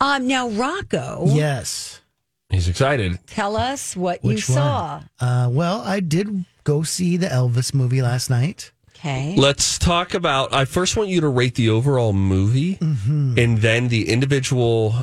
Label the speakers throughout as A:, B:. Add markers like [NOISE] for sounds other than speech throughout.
A: Um, now, Rocco,
B: Yes.
C: He's excited.
A: tell us what you
B: Which one?
A: saw.
B: Uh, well, I did go see the Elvis movie last night.
A: Okay.
C: Let's talk about. I first want you to rate the overall movie and then the individual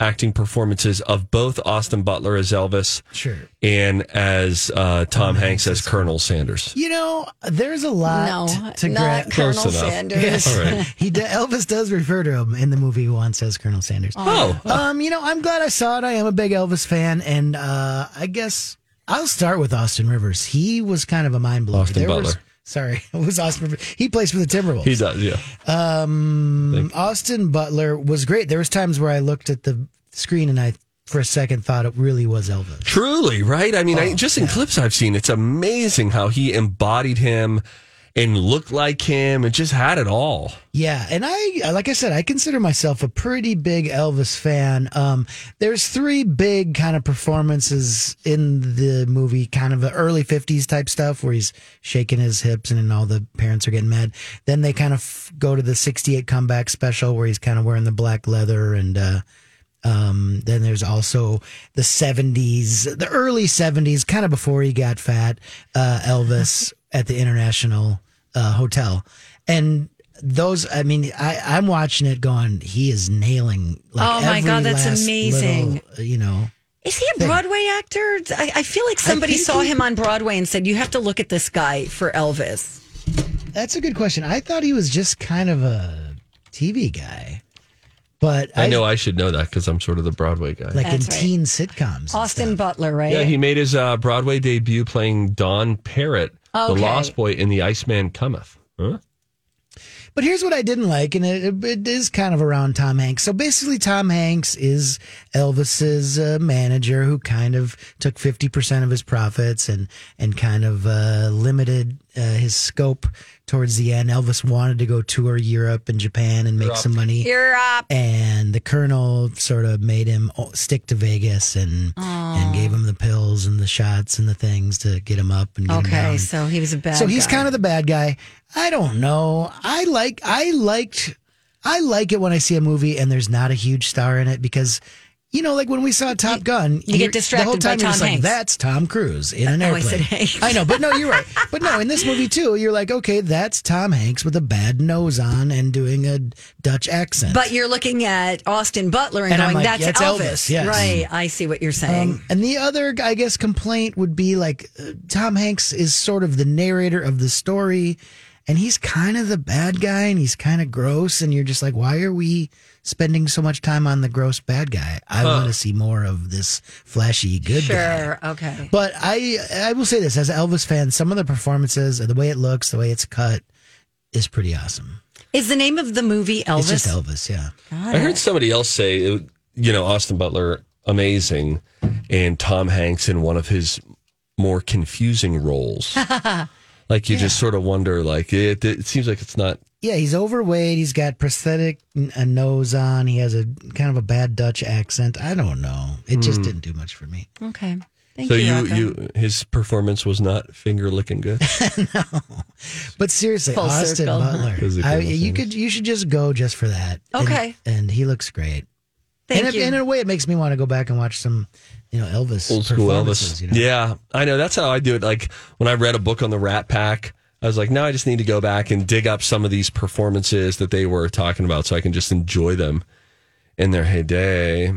C: acting performances of both Austin Butler as Elvis
B: Sure.
C: and as uh, Tom, Hanks as Colonel Sanders.
B: You know, there's a
A: No,
B: lot to
A: not
B: grasp.
A: Colonel
C: Close enough.
A: Sanders.
B: Yes.
C: All right.
B: [LAUGHS] He de- Elvis does refer to him in the movie once as Colonel Sanders.
C: Oh,
B: Um, you know, I'm glad I saw it. I am a big Elvis fan, and uh, I guess I'll start with Austin Rivers. He was kind of a mind blower.
C: Austin
B: Was,
C: Butler.
B: sorry, [LAUGHS] it was Austin Rivers. He plays for the Timberwolves.
C: he does. Yeah.
B: Um, Austin Butler was great. There was times where I looked at the screen and I, for a second, thought it really was Elvis.
C: Truly, right? I mean, I, just in clips I've seen, it's amazing how he embodied him and looked like him and just had it all.
B: Yeah, and I like I said, I consider myself a pretty big Elvis fan. Um, there's three big kind of performances in the movie, kind of the early '50s type stuff where he's shaking his hips and, then all the parents are getting mad. Then they kind of f- go to the '68 comeback special where he's kind of wearing the black leather and. Uh, um, then there's also the 70s, the early 70s, kind of before he got fat, uh,
A: [LAUGHS]
B: Elvis at the International uh, Hotel. And those, I mean, I, I'm watching it going, he is nailing.
A: Oh my
B: every
A: God, that's
B: last
A: amazing.
B: little, uh, you know,
A: Is he a Broadway actor? I, I feel like somebody
B: think
A: saw
B: he-
A: him on Broadway and said, "You have to look at this guy for Elvis."
B: that's a good question. I thought he was just kind of a TV guy, but
C: I, know I should know that because I'm sort of the Broadway guy.
B: like in
A: That's right.
B: teen sitcoms. and
A: Austin
B: stuff.
A: Butler, right?
C: yeah, he made his uh, Broadway debut playing Don Parrott, the
A: Okay.
C: Lost Boy in The Iceman Cometh. Huh?
B: But here's what I didn't like, and it, it is kind of around Tom Hanks. So basically, Tom Hanks is Elvis's uh, manager who kind of took 50% of his profits and, and kind of uh, limited uh, his scope towards the end. Elvis wanted to go tour Europe and Japan and make some money.
A: You're up.
B: And the colonel sort of made him o- stick to Vegas and and gave him the pills and the shots and the things to get him up and get him
A: Okay,
B: down.
A: so he was a bad.
B: Mm-hmm. So he's
A: guy.
B: kind of the bad guy. I don't know. I like I liked I like it when I see a movie and there's not a huge star in it because you know, like when we saw Top Gun,
A: you get
B: you're-
A: distracted
B: The whole
A: by
B: time
A: Tom
B: you're just
A: Hanks.
B: like, "That's Tom Cruise in an
A: Oh, I
B: airplane."
A: said Hanks.
B: I know, but no, you're
A: [LAUGHS]
B: right. But no, in this movie too, you're like, "Okay, that's Tom Hanks with a bad nose on and doing a Dutch accent."
A: But you're looking at Austin Butler and,
B: And I'm
A: going,
B: like,
A: "That's
B: "That's
A: Elvis."
B: Elvis, yes.
A: Right. I see what you're saying.
B: Um, and the other, I guess, complaint would be like uh, Tom Hanks is sort of the narrator of the story, and he's kind of the bad guy, and he's kind of gross, and you're just like, why are we spending so much time on the gross bad guy? I want to see more of this flashy good guy.
A: sure. Okay.
B: But I, I will say this as an Elvis fan, some of the performances, the way it looks, the way it's cut, is pretty awesome.
A: Is the name of the movie Elvis?
B: It's just Elvis, yeah.
C: I heard somebody else say, uh, you know, Austin Butler, amazing, and Tom Hanks in one of his more confusing
A: [LAUGHS]
C: roles. like you just sort of wonder, like it, it seems like it's not.
B: Yeah, he's overweight. He's got prosthetic n- a nose on. He has a kind of a bad Dutch accent. I don't know. It
C: Hmm.
B: just didn't do much for me.
A: Okay. Thank
C: So
A: you.
C: you,
A: Rocco.
C: you, his performance was not finger licking good.
B: But seriously,
A: Full
B: Austin
A: circle.
B: Butler.
C: Is it
B: I,
C: Colonel
B: you
C: Sanders?
B: could you should just go just for that. And-
A: Okay.
B: And, he looks great.
A: Thank
B: and
A: you.
B: It, and in a way, it makes me want to go back and watch some, you know, Elvis
C: old school
B: performances,
C: Elvis.
B: You know?
C: Yeah, I know. That's how I do it. Like when I read a book on the Rat Pack, I was like, now I just need to go back and dig up some of these performances that they were talking about, so I can just enjoy them in their heyday.